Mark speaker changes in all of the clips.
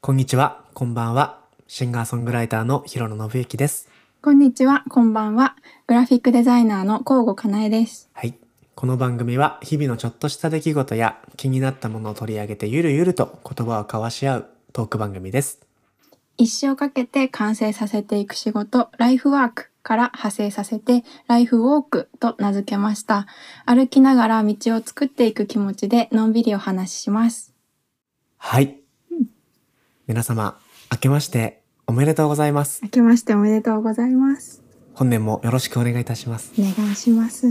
Speaker 1: こんにちは、こんばんは。シンガーソングライターの広野信之です。
Speaker 2: こんにちは、こんばんは。グラフィックデザイナーの甲吾かなえです。
Speaker 1: はい。この番組は日々のちょっとした出来事や気になったものを取り上げてゆるゆると言葉を交わし合うトーク番組です。
Speaker 2: 一生かけて完成させていく仕事、ライフワークから派生させて、ライフウォークと名付けました。歩きながら道を作っていく気持ちで、のんびりお話しします。
Speaker 1: はい。皆様、明けましておめでとうございます。
Speaker 2: 明けましておめでとうございます。
Speaker 1: 本年もよろしくお願いいたします。
Speaker 2: お願いします。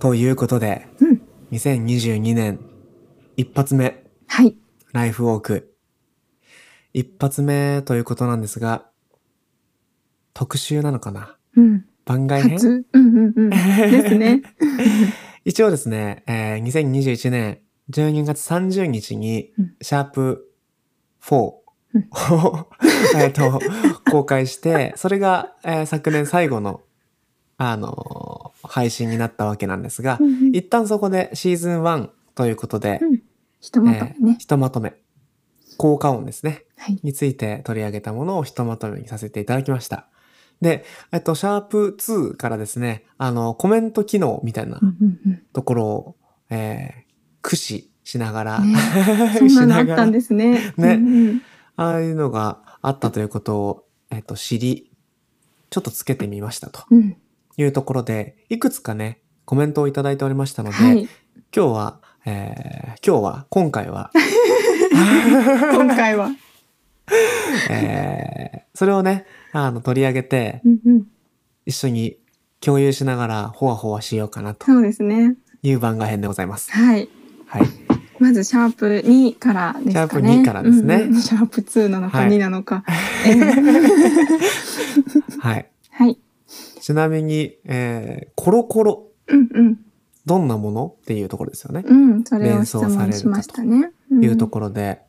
Speaker 1: ということで、
Speaker 2: うん。
Speaker 1: 2022年一発目、
Speaker 2: はい。
Speaker 1: ライフウォーク。一発目ということなんですが、特集なのかな
Speaker 2: うん。
Speaker 1: 番外編
Speaker 2: 初うんうんうん。ですね。
Speaker 1: 一応ですね、えー、2021年12月30日に
Speaker 2: うん、
Speaker 1: シャープ4を、
Speaker 2: うん
Speaker 1: えっと、公開して、それが、えー昨年最後の、あのー配信になったわけなんですが
Speaker 2: う、んうん
Speaker 1: 一旦そこでシーズン1ということで、
Speaker 2: うんひとまとめ
Speaker 1: えー
Speaker 2: ね。
Speaker 1: ひとまとめ、効果音ですね。
Speaker 2: はい。
Speaker 1: について取り上げたものをひとまとめにさせていただきました。で、えっと、シャープ2からですね、あの、コメント機能みたいな
Speaker 2: うんうん
Speaker 1: ところを、えー駆使しながら、
Speaker 2: ね うん。そんなのあったんですね。
Speaker 1: ね
Speaker 2: うんうん
Speaker 1: ああいうのがあったということを、えっと、知り、ちょっとつけてみましたと
Speaker 2: うん。
Speaker 1: いうところで、いくつかね、コメントをいただいておりましたので、
Speaker 2: はい。
Speaker 1: 今日は、えー今日は、今回は、
Speaker 2: 今回は。
Speaker 1: えーそれをね、あの、取り上げて、
Speaker 2: うんうん。
Speaker 1: 一緒に共有しながら、ほわほわしようかなと
Speaker 2: そうですね。
Speaker 1: いう番外編でございます。
Speaker 2: はい。
Speaker 1: はい。
Speaker 2: まずシャープ2からですか
Speaker 1: シャ
Speaker 2: ね。
Speaker 1: ープ2からですね
Speaker 2: うんうんシャープ2なのか
Speaker 1: はい
Speaker 2: 2な のか。えー
Speaker 1: はい。
Speaker 2: はい。
Speaker 1: ちなみに、えー、コロコロ、
Speaker 2: うんうん。
Speaker 1: どんなものっていうところですよね。
Speaker 2: うん。それを質問しましたね。
Speaker 1: いうと
Speaker 2: こ。
Speaker 1: ころで、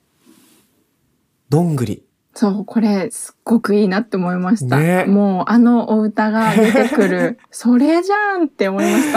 Speaker 1: どんぐ り。
Speaker 2: そう、これすっごくいいなって思いました。
Speaker 1: ね
Speaker 2: もうあのお歌が出て くる、それじゃんって思いまし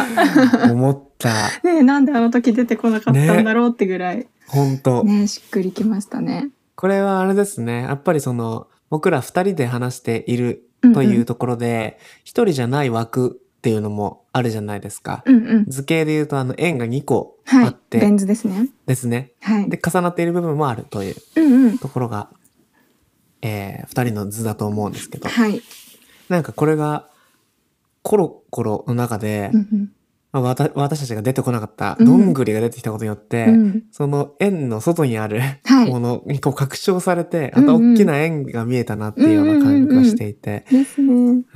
Speaker 2: た。
Speaker 1: 思った。
Speaker 2: ねえなんであの時出てこなかったんだろうって ぐらい。
Speaker 1: ほんと。
Speaker 2: ねえしっくりきましたね。
Speaker 1: これはあれですね。やっぱりその、僕ら二人で話している
Speaker 2: うんうん
Speaker 1: というところで、一、人じゃない枠っていうのもあるじゃないですか。
Speaker 2: うんうん。
Speaker 1: 図形で言うと、あの、円が2個あ
Speaker 2: は
Speaker 1: っ
Speaker 2: い。ベ
Speaker 1: て
Speaker 2: ン図ですね。
Speaker 1: ですね。
Speaker 2: はい。
Speaker 1: で、重なっている部分もあるという
Speaker 2: うんうん。
Speaker 1: ところが、えー、二人の図だと思うんですけど。
Speaker 2: はい。
Speaker 1: なんかこれが、コロコロの中で、
Speaker 2: うんうん
Speaker 1: まあわた私たちが出てこなかった、
Speaker 2: うん
Speaker 1: どんぐりが出てきたことによって、
Speaker 2: うん
Speaker 1: その円の外にある
Speaker 2: はい
Speaker 1: ものにこう拡張されて、また
Speaker 2: うんうん
Speaker 1: 大きな円が見えたなっていうような感覚がしていて、
Speaker 2: ですね。
Speaker 1: うん。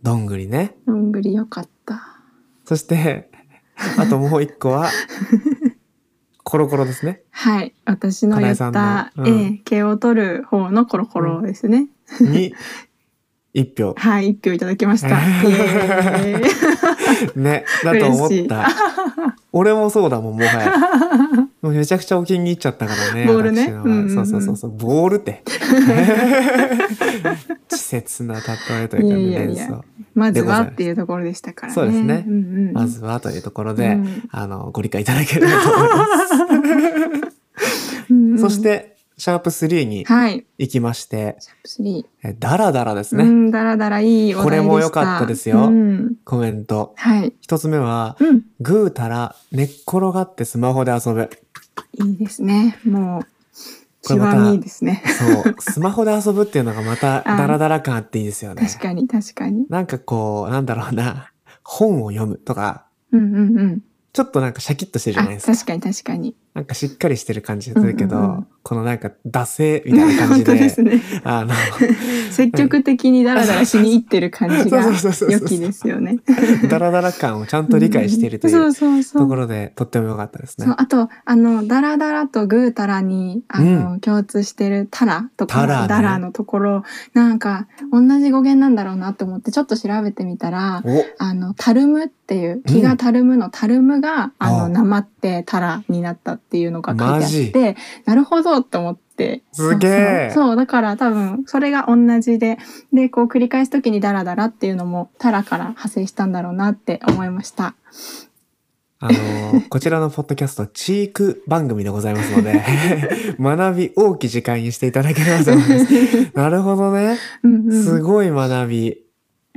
Speaker 1: どんぐりね。
Speaker 2: どんぐりよかった。
Speaker 1: そ して、あともう一個は、コロコロですね。
Speaker 2: はい。私の言っ
Speaker 1: かな
Speaker 2: た
Speaker 1: え、さんのうん
Speaker 2: ええ毛を取る方のコロコロですね。
Speaker 1: に、一票。
Speaker 2: はい。一票いただ きました。イエーイ
Speaker 1: ね、だと思
Speaker 2: 嬉し
Speaker 1: っ
Speaker 2: い
Speaker 1: た。俺もそうだもん、もはや。もうめちゃくちゃお気に入っちゃったからね。
Speaker 2: ボールね
Speaker 1: 私は
Speaker 2: うんうんうん
Speaker 1: そうそうそうそう、ボールって。 稚拙な例えというかね、
Speaker 2: いやいやいや
Speaker 1: 連想
Speaker 2: まず
Speaker 1: でござい
Speaker 2: は
Speaker 1: ます
Speaker 2: っていうところでしたからね。
Speaker 1: そうですね
Speaker 2: うんうん、
Speaker 1: まずはというところで、
Speaker 2: うん
Speaker 1: あの、ご理解いただければと思い ます。
Speaker 2: うんうん
Speaker 1: そし、て、シャープ3に
Speaker 2: はい。
Speaker 1: 行きまして、
Speaker 2: シャープ3。
Speaker 1: えダラダラですね、
Speaker 2: うん、だらだらいいお題でした。
Speaker 1: これも良かったですよ
Speaker 2: うん、
Speaker 1: コメント。
Speaker 2: はい。
Speaker 1: 一つ目は、
Speaker 2: うん。
Speaker 1: ぐうたら寝っ転がってスマホで遊ぶ。
Speaker 2: いいですね。もう、
Speaker 1: こ
Speaker 2: 極
Speaker 1: れまた
Speaker 2: みですね。
Speaker 1: そう、スマホで遊ぶっていうのがまたダラダラ感あっていいですよね。
Speaker 2: 確かに、確かに。
Speaker 1: なんかこう、なんだろうな、本を読むとか、
Speaker 2: うんうんうん。
Speaker 1: ちょっとなんかシャキッとしてるじゃ
Speaker 2: あ、
Speaker 1: ないですか。
Speaker 2: 確かに、確かに。
Speaker 1: なんかしっかりしてる感じするけど、
Speaker 2: うんうんうん
Speaker 1: このなんか、惰性みたいな感じで、
Speaker 2: 本当ですね。
Speaker 1: あの、
Speaker 2: 積極的にダラダラしに行ってる感じが
Speaker 1: そうそうそうそう
Speaker 2: 良きですよね。
Speaker 1: ダラダラ感をちゃんと理解しているとい
Speaker 2: そううそうそ
Speaker 1: と
Speaker 2: う
Speaker 1: こ。ろで、とっても良かったです
Speaker 2: そう
Speaker 1: ね。
Speaker 2: あとあのダラダラとグータラにあの、共通してるタラとか
Speaker 1: タラね
Speaker 2: ダラのところなんか同じ語源なんだろうなと思ってちょっと調べてみたら
Speaker 1: お、
Speaker 2: あのタルムっていう気がたるむのタルムが、あ
Speaker 1: あ
Speaker 2: のなまってタラになったっていうのが書いてあってなるほどと思って
Speaker 1: すげえ
Speaker 2: そうそうそうだから多分それが同じででこう繰り返す時にダラダラっていうのもタラから派生したんだろうなって思いました。
Speaker 1: あの、こちらのポッドキャスト、チーク番組でございますの で、学び大きい時間にしていただければと思います。 なるほどね。
Speaker 2: うんうん
Speaker 1: すごい学び。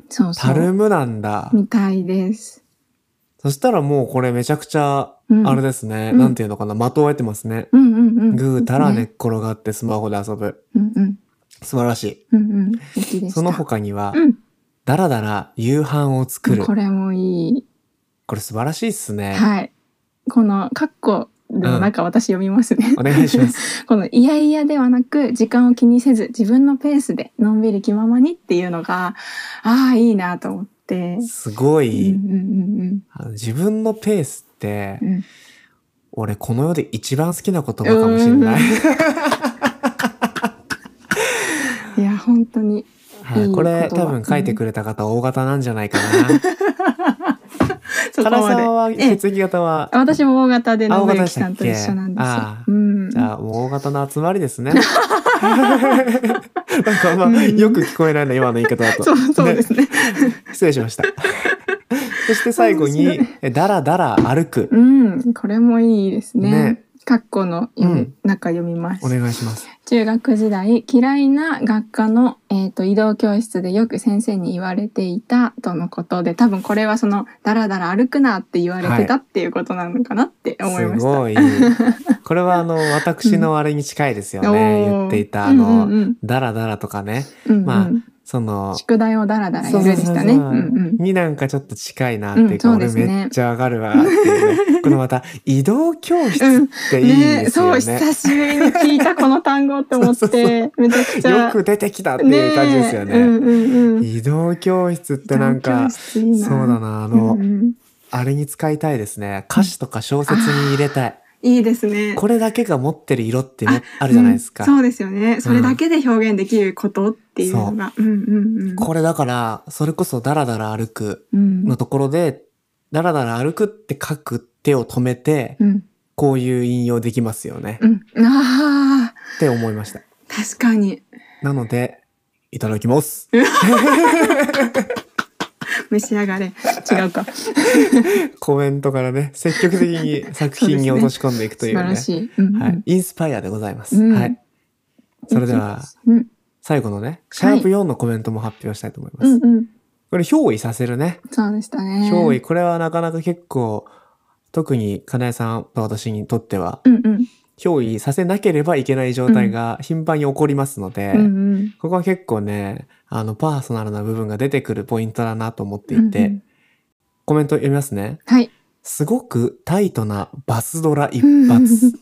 Speaker 2: そうそ
Speaker 1: タ
Speaker 2: う
Speaker 1: ルムなんだ。
Speaker 2: みたいです。
Speaker 1: そしたらもうこれめちゃくちゃ、
Speaker 2: うん
Speaker 1: あれですね。
Speaker 2: うん
Speaker 1: なんていうのかな。的を得てますね。
Speaker 2: うんうんうん。
Speaker 1: ぐーたら寝っ
Speaker 2: ね。
Speaker 1: 転がってスマホで遊ぶ。
Speaker 2: うんうん
Speaker 1: 素晴らし
Speaker 2: うんうん。素敵で
Speaker 1: い。
Speaker 2: した。
Speaker 1: その他には、
Speaker 2: うん。
Speaker 1: だらだら夕飯を作る。
Speaker 2: これもい
Speaker 1: これ素晴らしいっす
Speaker 2: い。
Speaker 1: ね。
Speaker 2: はい。このカッコでもなんか私読みますね。
Speaker 1: お願いし ます。
Speaker 2: このいやいやではなく時間を気にせず自分のペースでのんびり気ままにっていうのがああいいなと思って。
Speaker 1: すごい、
Speaker 2: うんうん
Speaker 1: あの自分のペースって、
Speaker 2: うんうん。
Speaker 1: 俺この世で一番好きな言葉かもしれない。
Speaker 2: いや本当に。
Speaker 1: はい
Speaker 2: いい
Speaker 1: これ
Speaker 2: 言葉
Speaker 1: 多分書いてくれた方大型なんじゃないかな。唐
Speaker 2: そこまで。
Speaker 1: 沢は
Speaker 2: ええ
Speaker 1: 血液型は、
Speaker 2: 私も大型で
Speaker 1: あ
Speaker 2: 信
Speaker 1: 大型で
Speaker 2: 之
Speaker 1: したっ
Speaker 2: さんと一緒なんで
Speaker 1: けああ
Speaker 2: すよ。うん。
Speaker 1: じゃあもう大型の集まり ですね。なんかまあ、
Speaker 2: うん
Speaker 1: よく聞こえないな今の言い方だと。
Speaker 2: そうそうで
Speaker 1: ね
Speaker 2: すね。
Speaker 1: 失礼しました。そして最後
Speaker 2: 面
Speaker 1: に
Speaker 2: 白、
Speaker 1: えだらだら歩く。
Speaker 2: うん、これもいいですね。
Speaker 1: ね
Speaker 2: カッコの読み、
Speaker 1: うん
Speaker 2: 中読みます
Speaker 1: お。願いします。
Speaker 2: 中学時代嫌いな学科の、えー、と移動教室でよく先生に言われていたとのことで多分これはそのだらだら歩くなって言われてたっていうことなのかなって思いますした。
Speaker 1: ごい。 これはあの、私のあれに近いですよね。
Speaker 2: おー
Speaker 1: 言っていた、あの、
Speaker 2: うんうんうん
Speaker 1: だらだらとかね。
Speaker 2: うんうん
Speaker 1: まその、
Speaker 2: 宿題をだらだらや
Speaker 1: そう
Speaker 2: る
Speaker 1: そ
Speaker 2: で
Speaker 1: う
Speaker 2: し
Speaker 1: そう
Speaker 2: た
Speaker 1: そう
Speaker 2: ね。うんうん
Speaker 1: になんかちょっと近いなっていうか、
Speaker 2: うんそうで
Speaker 1: 俺
Speaker 2: すね
Speaker 1: めっちゃわかるわっていうね。このまた、移動教室っていい
Speaker 2: ね
Speaker 1: ですよ
Speaker 2: そう
Speaker 1: ね。
Speaker 2: 久しぶりに聞いたこの単語って思っ
Speaker 1: そうそうそ
Speaker 2: てめちゃくちゃ
Speaker 1: よく出てきたっていう感じですよね。
Speaker 2: えうんうんうん。
Speaker 1: 移動教室ってなんか、
Speaker 2: 移動教室いいな
Speaker 1: そうだな、あの、
Speaker 2: うんうん
Speaker 1: あれに使いたいですね。歌詞とか小説に入れたい。
Speaker 2: いいですね。
Speaker 1: これだけが持ってる色ってねあるじゃないですか。
Speaker 2: うんそうですよね。それだけで表現できることっていうのが。うんうんうん。
Speaker 1: これだから、それこそダラダラ歩く
Speaker 2: うん
Speaker 1: のところで、ダラダラ歩くって書く手を止めて、
Speaker 2: うん
Speaker 1: こういう引用できますよね。
Speaker 2: うん。ああ、
Speaker 1: って思いました。
Speaker 2: 確かに。
Speaker 1: なので、いただきます。
Speaker 2: 召し上がれ。違うか。
Speaker 1: コメントからね、積極的に作品に落とし込んでいくと
Speaker 2: 素
Speaker 1: い
Speaker 2: 晴
Speaker 1: うね。
Speaker 2: らしい。うんうん
Speaker 1: はい。インスパイアでございます。
Speaker 2: うん
Speaker 1: はい。それでは、
Speaker 2: うん
Speaker 1: 最後のね、シャープ4のコメントも発表したいと思います。
Speaker 2: うんうん。
Speaker 1: これ、憑依させるね。
Speaker 2: そうでしたね。
Speaker 1: 憑依、これはなかなか結構、特に金井さんと私にとっては、
Speaker 2: うんうん。
Speaker 1: 憑依させなければいけない状態が頻繁に起こりますので、
Speaker 2: うんうん。
Speaker 1: ここは結構ね、あの、パーソナルな部分が出てくるポイントだなと思っていて、
Speaker 2: うんうん
Speaker 1: コメント読みますね。
Speaker 2: はい。
Speaker 1: すごくタイトなバスドラ一 発。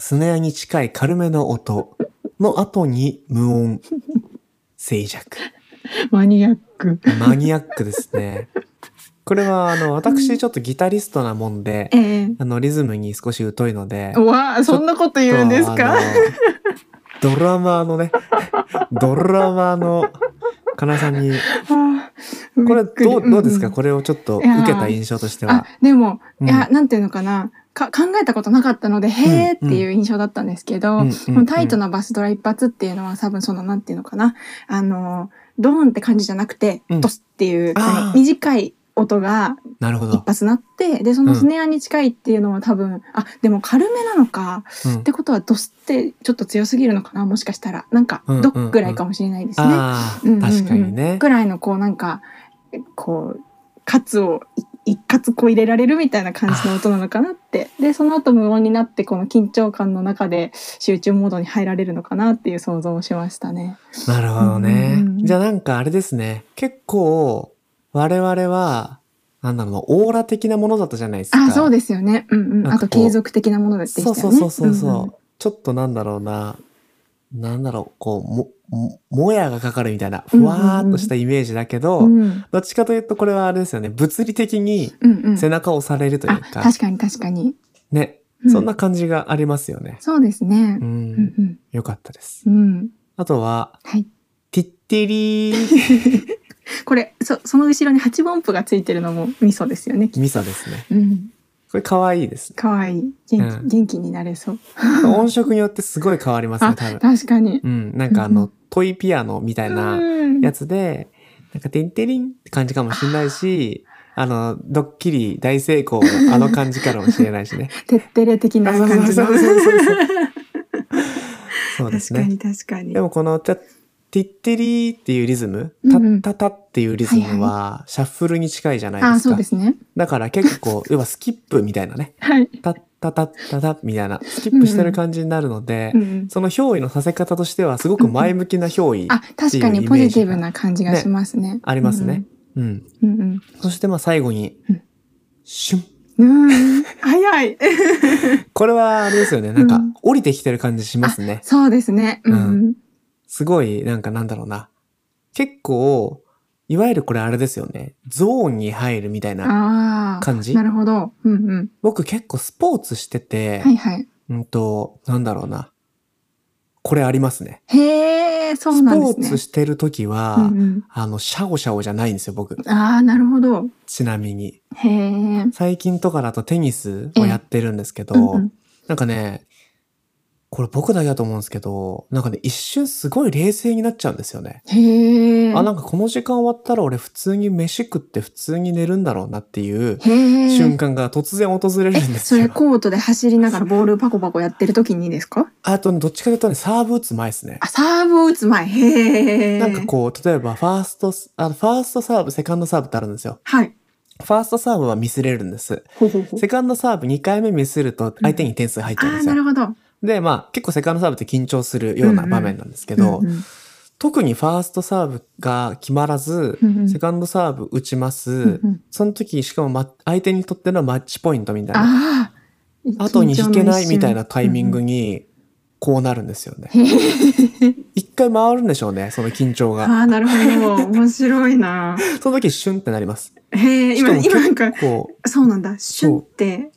Speaker 1: スネアに近い軽めの音の後に無音。静寂。
Speaker 2: マニアック。
Speaker 1: マニアックですね。これはあの、私ちょっとギタリストなもんで、
Speaker 2: ええ。
Speaker 1: あの、リズムに少し疎いので、
Speaker 2: うわあ、そんなこと言うんですか
Speaker 1: あのドラマーのね、 ドラマーの、かなえさんに、
Speaker 2: あー
Speaker 1: これ
Speaker 2: びっくり
Speaker 1: どう、どうです
Speaker 2: ん
Speaker 1: か
Speaker 2: ん
Speaker 1: これをちょっと
Speaker 2: いやー
Speaker 1: 受けた印象として
Speaker 2: あ
Speaker 1: は。
Speaker 2: でも、
Speaker 1: うん
Speaker 2: いやなんていうのかなか考えたことなかったので、へーっていう印象だったんですけど、
Speaker 1: うんうん
Speaker 2: このタイトなバスドラ一発っていうのは多分そのなんていうのかなあのドーンって感じじゃなくて、
Speaker 1: うん
Speaker 2: ドスっていうこ
Speaker 1: あ
Speaker 2: の
Speaker 1: ー
Speaker 2: 短い音が
Speaker 1: なるほ
Speaker 2: 一
Speaker 1: ど。
Speaker 2: 発なってでそのスネアに近いっていうのは多分、あでも軽めなのか
Speaker 1: うん
Speaker 2: ってことはドスってちょっと強すぎるのかなもしかしたらなんか
Speaker 1: うんうん
Speaker 2: ドぐらいかもしれないですね。
Speaker 1: あ
Speaker 2: うんうんうん
Speaker 1: あ、確かにね。
Speaker 2: ぐらいのこうなんかこう喝をい一括こう入れられるみたいな感じの音なのかなってでその後無音になってこの緊張感の中で集中モードに入られるのかなっていう想像をしましたね。
Speaker 1: なるほどね
Speaker 2: うんうんう。ん
Speaker 1: じゃあなんかあれですね。結構、我々は、なんだろうな、オーラ的なものだったじゃないですか。
Speaker 2: あそうですよね。うんうん。
Speaker 1: なん
Speaker 2: あ
Speaker 1: か
Speaker 2: と
Speaker 1: こう
Speaker 2: 継続的なものでしたよ
Speaker 1: そう
Speaker 2: ね。
Speaker 1: そうそうそうそう、
Speaker 2: んん
Speaker 1: ちょっとなんだろうな。なんだろう、こう、も、ももやがかかるみたいな、ふわーっとしたイメージだけど、
Speaker 2: うん
Speaker 1: どっちかというとこれはあれですよね。物理的に
Speaker 2: うんうん。
Speaker 1: 背中を押されるとい
Speaker 2: あ
Speaker 1: うか、
Speaker 2: 確かに確かに。
Speaker 1: ね、
Speaker 2: う
Speaker 1: そんな感じがありますよね。
Speaker 2: そうですね
Speaker 1: う。ん、
Speaker 2: うんうん
Speaker 1: よかったです。
Speaker 2: うん。
Speaker 1: あとは、
Speaker 2: はい。
Speaker 1: ティッティリー
Speaker 2: これそその後ろに八分音符がついてるのもミソですよね。
Speaker 1: ミサです ね。
Speaker 2: うん。
Speaker 1: これ可愛いですね。
Speaker 2: 可愛い元
Speaker 1: う
Speaker 2: 気、
Speaker 1: ん
Speaker 2: 元気になれそう。
Speaker 1: 音色によってすごい変わりますね、多分。
Speaker 2: 確かに。
Speaker 1: うん、なんかあ
Speaker 2: う
Speaker 1: の、トイピアノみたいな
Speaker 2: うん
Speaker 1: やつで、なんか、てんてりんって感じかもしれないし、あの、ドッキリ大成功のあの感じからもしれないし ね。
Speaker 2: てってれ的な感じ
Speaker 1: そう
Speaker 2: の。
Speaker 1: そうそうそうそうで
Speaker 2: 確
Speaker 1: す
Speaker 2: か
Speaker 1: ね。
Speaker 2: に確かに
Speaker 1: で。もこの、た、ティッテリーっていうリズム、
Speaker 2: うんうん
Speaker 1: タッタタっていうリズ
Speaker 2: はい
Speaker 1: ムは、シャッフルに近いじゃないですか。
Speaker 2: あ、そうですね。
Speaker 1: だから結 構、要はスキップみたいなね。
Speaker 2: はい。
Speaker 1: タッタタッタタみたいな、スキップしてる感じになるので、
Speaker 2: うん。
Speaker 1: その憑依のさせ方としては、すごく前向きな憑依
Speaker 2: あ、確かにポジティブな感じがしますね。
Speaker 1: ありますね。うん。
Speaker 2: うんうん。
Speaker 1: そしてまあ最後に
Speaker 2: うん、
Speaker 1: シュン。
Speaker 2: うんうん。早い。
Speaker 1: これはあれですよね。なん
Speaker 2: う
Speaker 1: か
Speaker 2: ん、
Speaker 1: 降りてきてる感じしますね。
Speaker 2: そうですね。う。
Speaker 1: うんすごい、なんかなんだろうな。結構、いわゆるこれあれですよね。ゾーンに入るみたいな。
Speaker 2: ああ。
Speaker 1: 感じ
Speaker 2: なるほど。うんうん。
Speaker 1: 僕結構スポーツしてて、
Speaker 2: はいはい。
Speaker 1: うんと、なんだろうな。これありますね。
Speaker 2: へえ、そう
Speaker 1: ス
Speaker 2: なん
Speaker 1: ポ
Speaker 2: です
Speaker 1: ー
Speaker 2: ね。
Speaker 1: ツしてる時は、
Speaker 2: うん
Speaker 1: あの、シャオシャオじゃないんですよ、僕。
Speaker 2: うん。ああ、なるほど。
Speaker 1: ちなみに。
Speaker 2: へえ。
Speaker 1: 最近とかだとテニスをやってるんですけど、
Speaker 2: うんうん
Speaker 1: なんかね、これ僕だけだと思うんですけど、なんかね、一瞬すごい冷静になっちゃうんですよね。
Speaker 2: へえ。
Speaker 1: あ、なんかこの時間終わったら俺普通に飯食って普通に寝るんだろうなっていう
Speaker 2: へえ。
Speaker 1: 瞬間が突然訪れ
Speaker 2: え
Speaker 1: るんで、す
Speaker 2: それ
Speaker 1: よ。
Speaker 2: コートで走りながらボールパコパコやってる時にですか
Speaker 1: あとね、どっちかというとね、サーブ打つ前ですね
Speaker 2: あ、。サーブを打つ前。へえ。
Speaker 1: なんかこう、例えばファーストス、あの、ファーストサーブ、セカンドサーブってあるんですよ。
Speaker 2: はい。
Speaker 1: ファーストサーブはミスれるんです。
Speaker 2: ほうほうほう
Speaker 1: セカンドサーブ2回目ミスると相手に点数入っちゃうん
Speaker 2: あ
Speaker 1: で
Speaker 2: あ、
Speaker 1: すよ
Speaker 2: な。るほど。
Speaker 1: で、まあ、結構セカンドサーブって緊張するような場面なんですけど、
Speaker 2: うんうん
Speaker 1: 特にファーストサーブが決まらず、
Speaker 2: うんうん
Speaker 1: セカンドサーブ打ちます。
Speaker 2: うんうん
Speaker 1: その時、しかも、ま、相手にとってのマッチポイントみたいな、
Speaker 2: ああ。
Speaker 1: 後に引けないみたいなタイミング
Speaker 2: に。
Speaker 1: に、こうなるんですよね。
Speaker 2: へえ
Speaker 1: 一回回るんでしょうね、その緊張が。
Speaker 2: ああ、なるほど。面白いな。
Speaker 1: その時、シュンってなります。
Speaker 2: へえ、
Speaker 1: しか
Speaker 2: 今、
Speaker 1: も結
Speaker 2: 今
Speaker 1: 構
Speaker 2: なんか、
Speaker 1: こ
Speaker 2: そうなんだ。シュンって、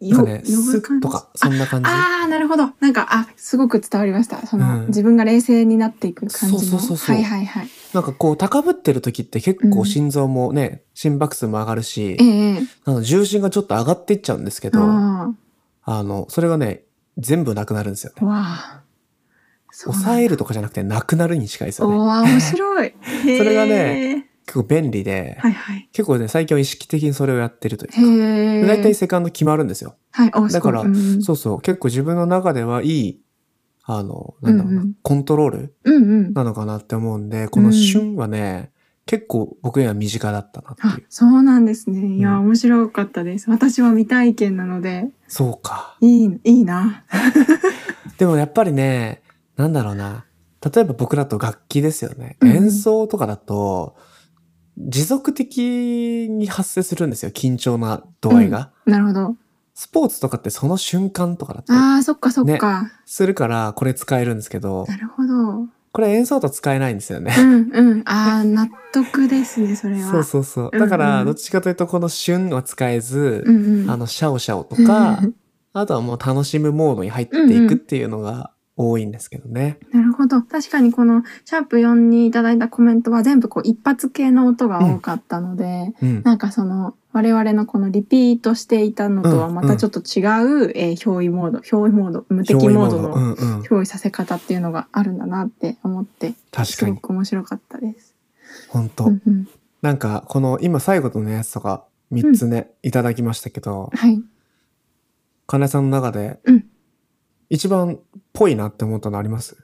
Speaker 1: う、なん
Speaker 2: よ
Speaker 1: かね、ス
Speaker 2: 感
Speaker 1: ッと
Speaker 2: じ
Speaker 1: か、そんな感じ。
Speaker 2: ああ、なるほど。なんか、あ、すごく伝わりました。その、
Speaker 1: うん
Speaker 2: 自分が冷静になっていく感じの。
Speaker 1: そうそうそうそう
Speaker 2: はいはいはい。
Speaker 1: なんかこう、高ぶってる時って結
Speaker 2: うん
Speaker 1: 構心臓もね、心拍数も上がるし
Speaker 2: え、え
Speaker 1: あの重心がちょっと上がっていっちゃうんですけど、
Speaker 2: あ
Speaker 1: あの、それがね、全部なくなるんですよ
Speaker 2: あ、
Speaker 1: ね。
Speaker 2: わあ。そうなんだ
Speaker 1: 抑えるとかじゃなくて、なくなるに近いですよね。
Speaker 2: おわ、面白い。へ え
Speaker 1: それがね、結構便利で、
Speaker 2: はいはい。
Speaker 1: 結構ね、最近は意識的にそれをやってるという。
Speaker 2: へえ。
Speaker 1: だいたいセカンド決まるんですよ。
Speaker 2: はい、お
Speaker 1: だから
Speaker 2: すごいうんうん
Speaker 1: そうそう、結構自分の中ではいい、あの、なんだろうな、
Speaker 2: うんうん
Speaker 1: コントロール
Speaker 2: うんうん。
Speaker 1: なのかなって思うんで、この旬はね、結構僕には身近だったなっ
Speaker 2: あ
Speaker 1: ていう。
Speaker 2: そうなんですね。い
Speaker 1: う
Speaker 2: や、
Speaker 1: ん
Speaker 2: 面白かったです。私は未体験なので、
Speaker 1: そうか。
Speaker 2: いい、いいな。
Speaker 1: でもやっぱりね、なんだろうな。例えば僕だと楽器ですよね。
Speaker 2: うんうん
Speaker 1: 演奏とかだと、持続的に発生するんですよ。緊張な度合いが。
Speaker 2: なるほど。
Speaker 1: スポーツとかってその瞬間とかだったり
Speaker 2: ああ、そっかそっか。
Speaker 1: するから、これ使えるんですけど、
Speaker 2: なるほど。うん
Speaker 1: これ演奏と使えないんですよね。
Speaker 2: うん。ああ、納得ですね、それは。
Speaker 1: そうそうそう。
Speaker 2: うんう
Speaker 1: だ
Speaker 2: ん
Speaker 1: から、どっちかというと、この旬は使えず、
Speaker 2: うんうん。
Speaker 1: あの、シャオシャオとか
Speaker 2: うんう、ん
Speaker 1: あとはもう楽しむモードに入っていくっていうのが多いんですけどね。
Speaker 2: なるほど。確かにこの、シャープ4にいただいたコメントは全部こう一発系の音が多かったので、
Speaker 1: うん。
Speaker 2: なんかその、我々のこのリピートしていたのとはまたちょっと違う、えー憑依モード、憑依モード、無敵モード
Speaker 1: う
Speaker 2: の
Speaker 1: んうん。
Speaker 2: 憑依させ方っていうのがあるんだなって思って、
Speaker 1: 確
Speaker 2: す
Speaker 1: か
Speaker 2: ご
Speaker 1: に。
Speaker 2: く面白かったです。
Speaker 1: 本当、
Speaker 2: うんうん、
Speaker 1: なんか、この今最後のやつとか3つね、いただきましたけど、
Speaker 2: はい。
Speaker 1: 金井さんの中で
Speaker 2: うん、
Speaker 1: 一番ぽいなって思ったのあります、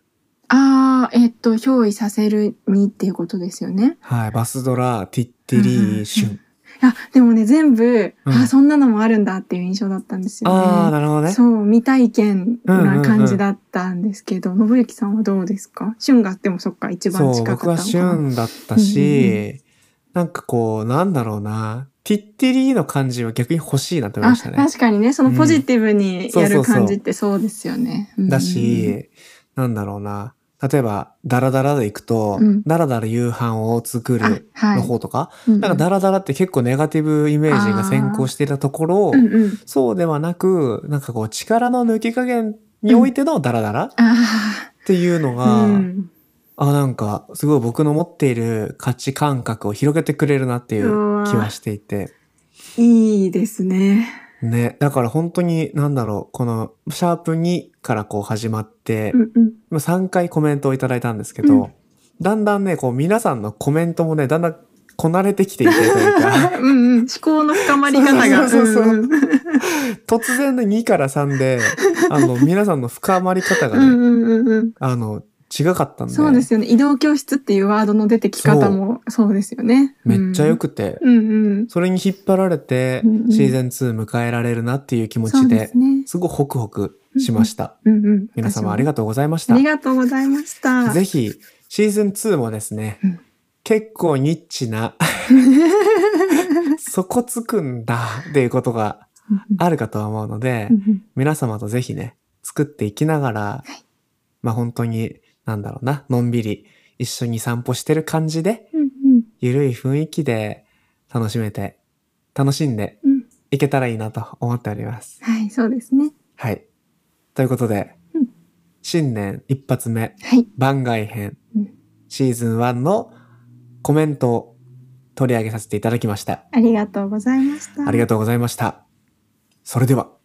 Speaker 2: ああ、えっと、憑依させるにっていうことですよね。
Speaker 1: はい。バスドラ、ティッティ
Speaker 2: うんうんう
Speaker 1: リ
Speaker 2: ん
Speaker 1: ー、シュン。
Speaker 2: あ、でもね、全部、
Speaker 1: うん
Speaker 2: あ、そんなのもあるんだっていう印象だったんですよね。
Speaker 1: ああ、なるほどね。
Speaker 2: そう、未体験な感じだったんですけど、信之さんはどうですか旬があってもそっか、一番
Speaker 1: そう、
Speaker 2: 近かった
Speaker 1: 僕
Speaker 2: の
Speaker 1: は
Speaker 2: か
Speaker 1: シ
Speaker 2: な。
Speaker 1: ュンだったし、なんかこう、なんだろうな、ティッティリーの感じは逆に欲しいなって思い
Speaker 2: あ、
Speaker 1: ましたね。
Speaker 2: 確かにね、そのポジティブにやる感じってそうですよね。うん
Speaker 1: だ、し、なんだろうな、例えば、ダラダラで行くと
Speaker 2: うん、
Speaker 1: ダラダラ夕飯を作
Speaker 2: あ
Speaker 1: る
Speaker 2: はい。
Speaker 1: の方とか、
Speaker 2: うん
Speaker 1: なんかダラダラって結構ネガティブイメージが先行していたところ、
Speaker 2: うんうん。
Speaker 1: そうではなく、なんかこう力の抜き加減においてのダラダラっ
Speaker 2: あ
Speaker 1: ていうの
Speaker 2: あ、
Speaker 1: が、
Speaker 2: うん。
Speaker 1: あ、なんかすごい僕の持っている価値感覚を広げてくれるなっていう気はしていて。
Speaker 2: いいですね。
Speaker 1: ね。だから本当になんだろう、このシャープ2からこう始まって
Speaker 2: う、んうん。
Speaker 1: 今3回コメントをいただいたんですけど、
Speaker 2: うん
Speaker 1: だんだんね、こう皆さんのコメントもね、だんだんこなれてきていてという か、
Speaker 2: うんうん。思考の深まり方が。
Speaker 1: そうそうそうそうん
Speaker 2: うん
Speaker 1: 突然の2から3で、あの、皆さんの深まり方が
Speaker 2: う
Speaker 1: ね、
Speaker 2: んうんうんうん。
Speaker 1: あの、違かったんで、
Speaker 2: そうですよね。移動教室っていうワードの出てき方もそうですよね。
Speaker 1: めっちゃ良く
Speaker 2: く。
Speaker 1: て、
Speaker 2: うんうん。
Speaker 1: それに引っ張られて、
Speaker 2: うんうん
Speaker 1: シーズン2迎えられるなっていう気持
Speaker 2: そ
Speaker 1: ち
Speaker 2: う
Speaker 1: で、
Speaker 2: ですね。
Speaker 1: すごいホクホクしました。
Speaker 2: うんうん。
Speaker 1: 皆様あり
Speaker 2: が
Speaker 1: がとうございまし
Speaker 2: あ
Speaker 1: た。
Speaker 2: りがとうございました。
Speaker 1: ぜひ、シーズン2もですね、
Speaker 2: うん
Speaker 1: 結構ニッチ な、そこつくんだっていうことが
Speaker 2: うんうん
Speaker 1: あるかとは思うので、
Speaker 2: うんうん
Speaker 1: 皆様とぜひね、作っていきながら、まあ本当に、なんだろうな、のんびり一緒に散歩してる感じで、
Speaker 2: うんうん
Speaker 1: ゆるい雰囲気で楽しめて、楽しんで
Speaker 2: うん
Speaker 1: いけたらいいなと思っております。
Speaker 2: はい、そうですね。
Speaker 1: はい。ということで、
Speaker 2: うん
Speaker 1: 新年一発目、
Speaker 2: はい。
Speaker 1: 番外編、
Speaker 2: うん
Speaker 1: シーズン1のコメントを取り上げさせていただきました。
Speaker 2: ありがとうございました。
Speaker 1: ありがとうございました。それでは。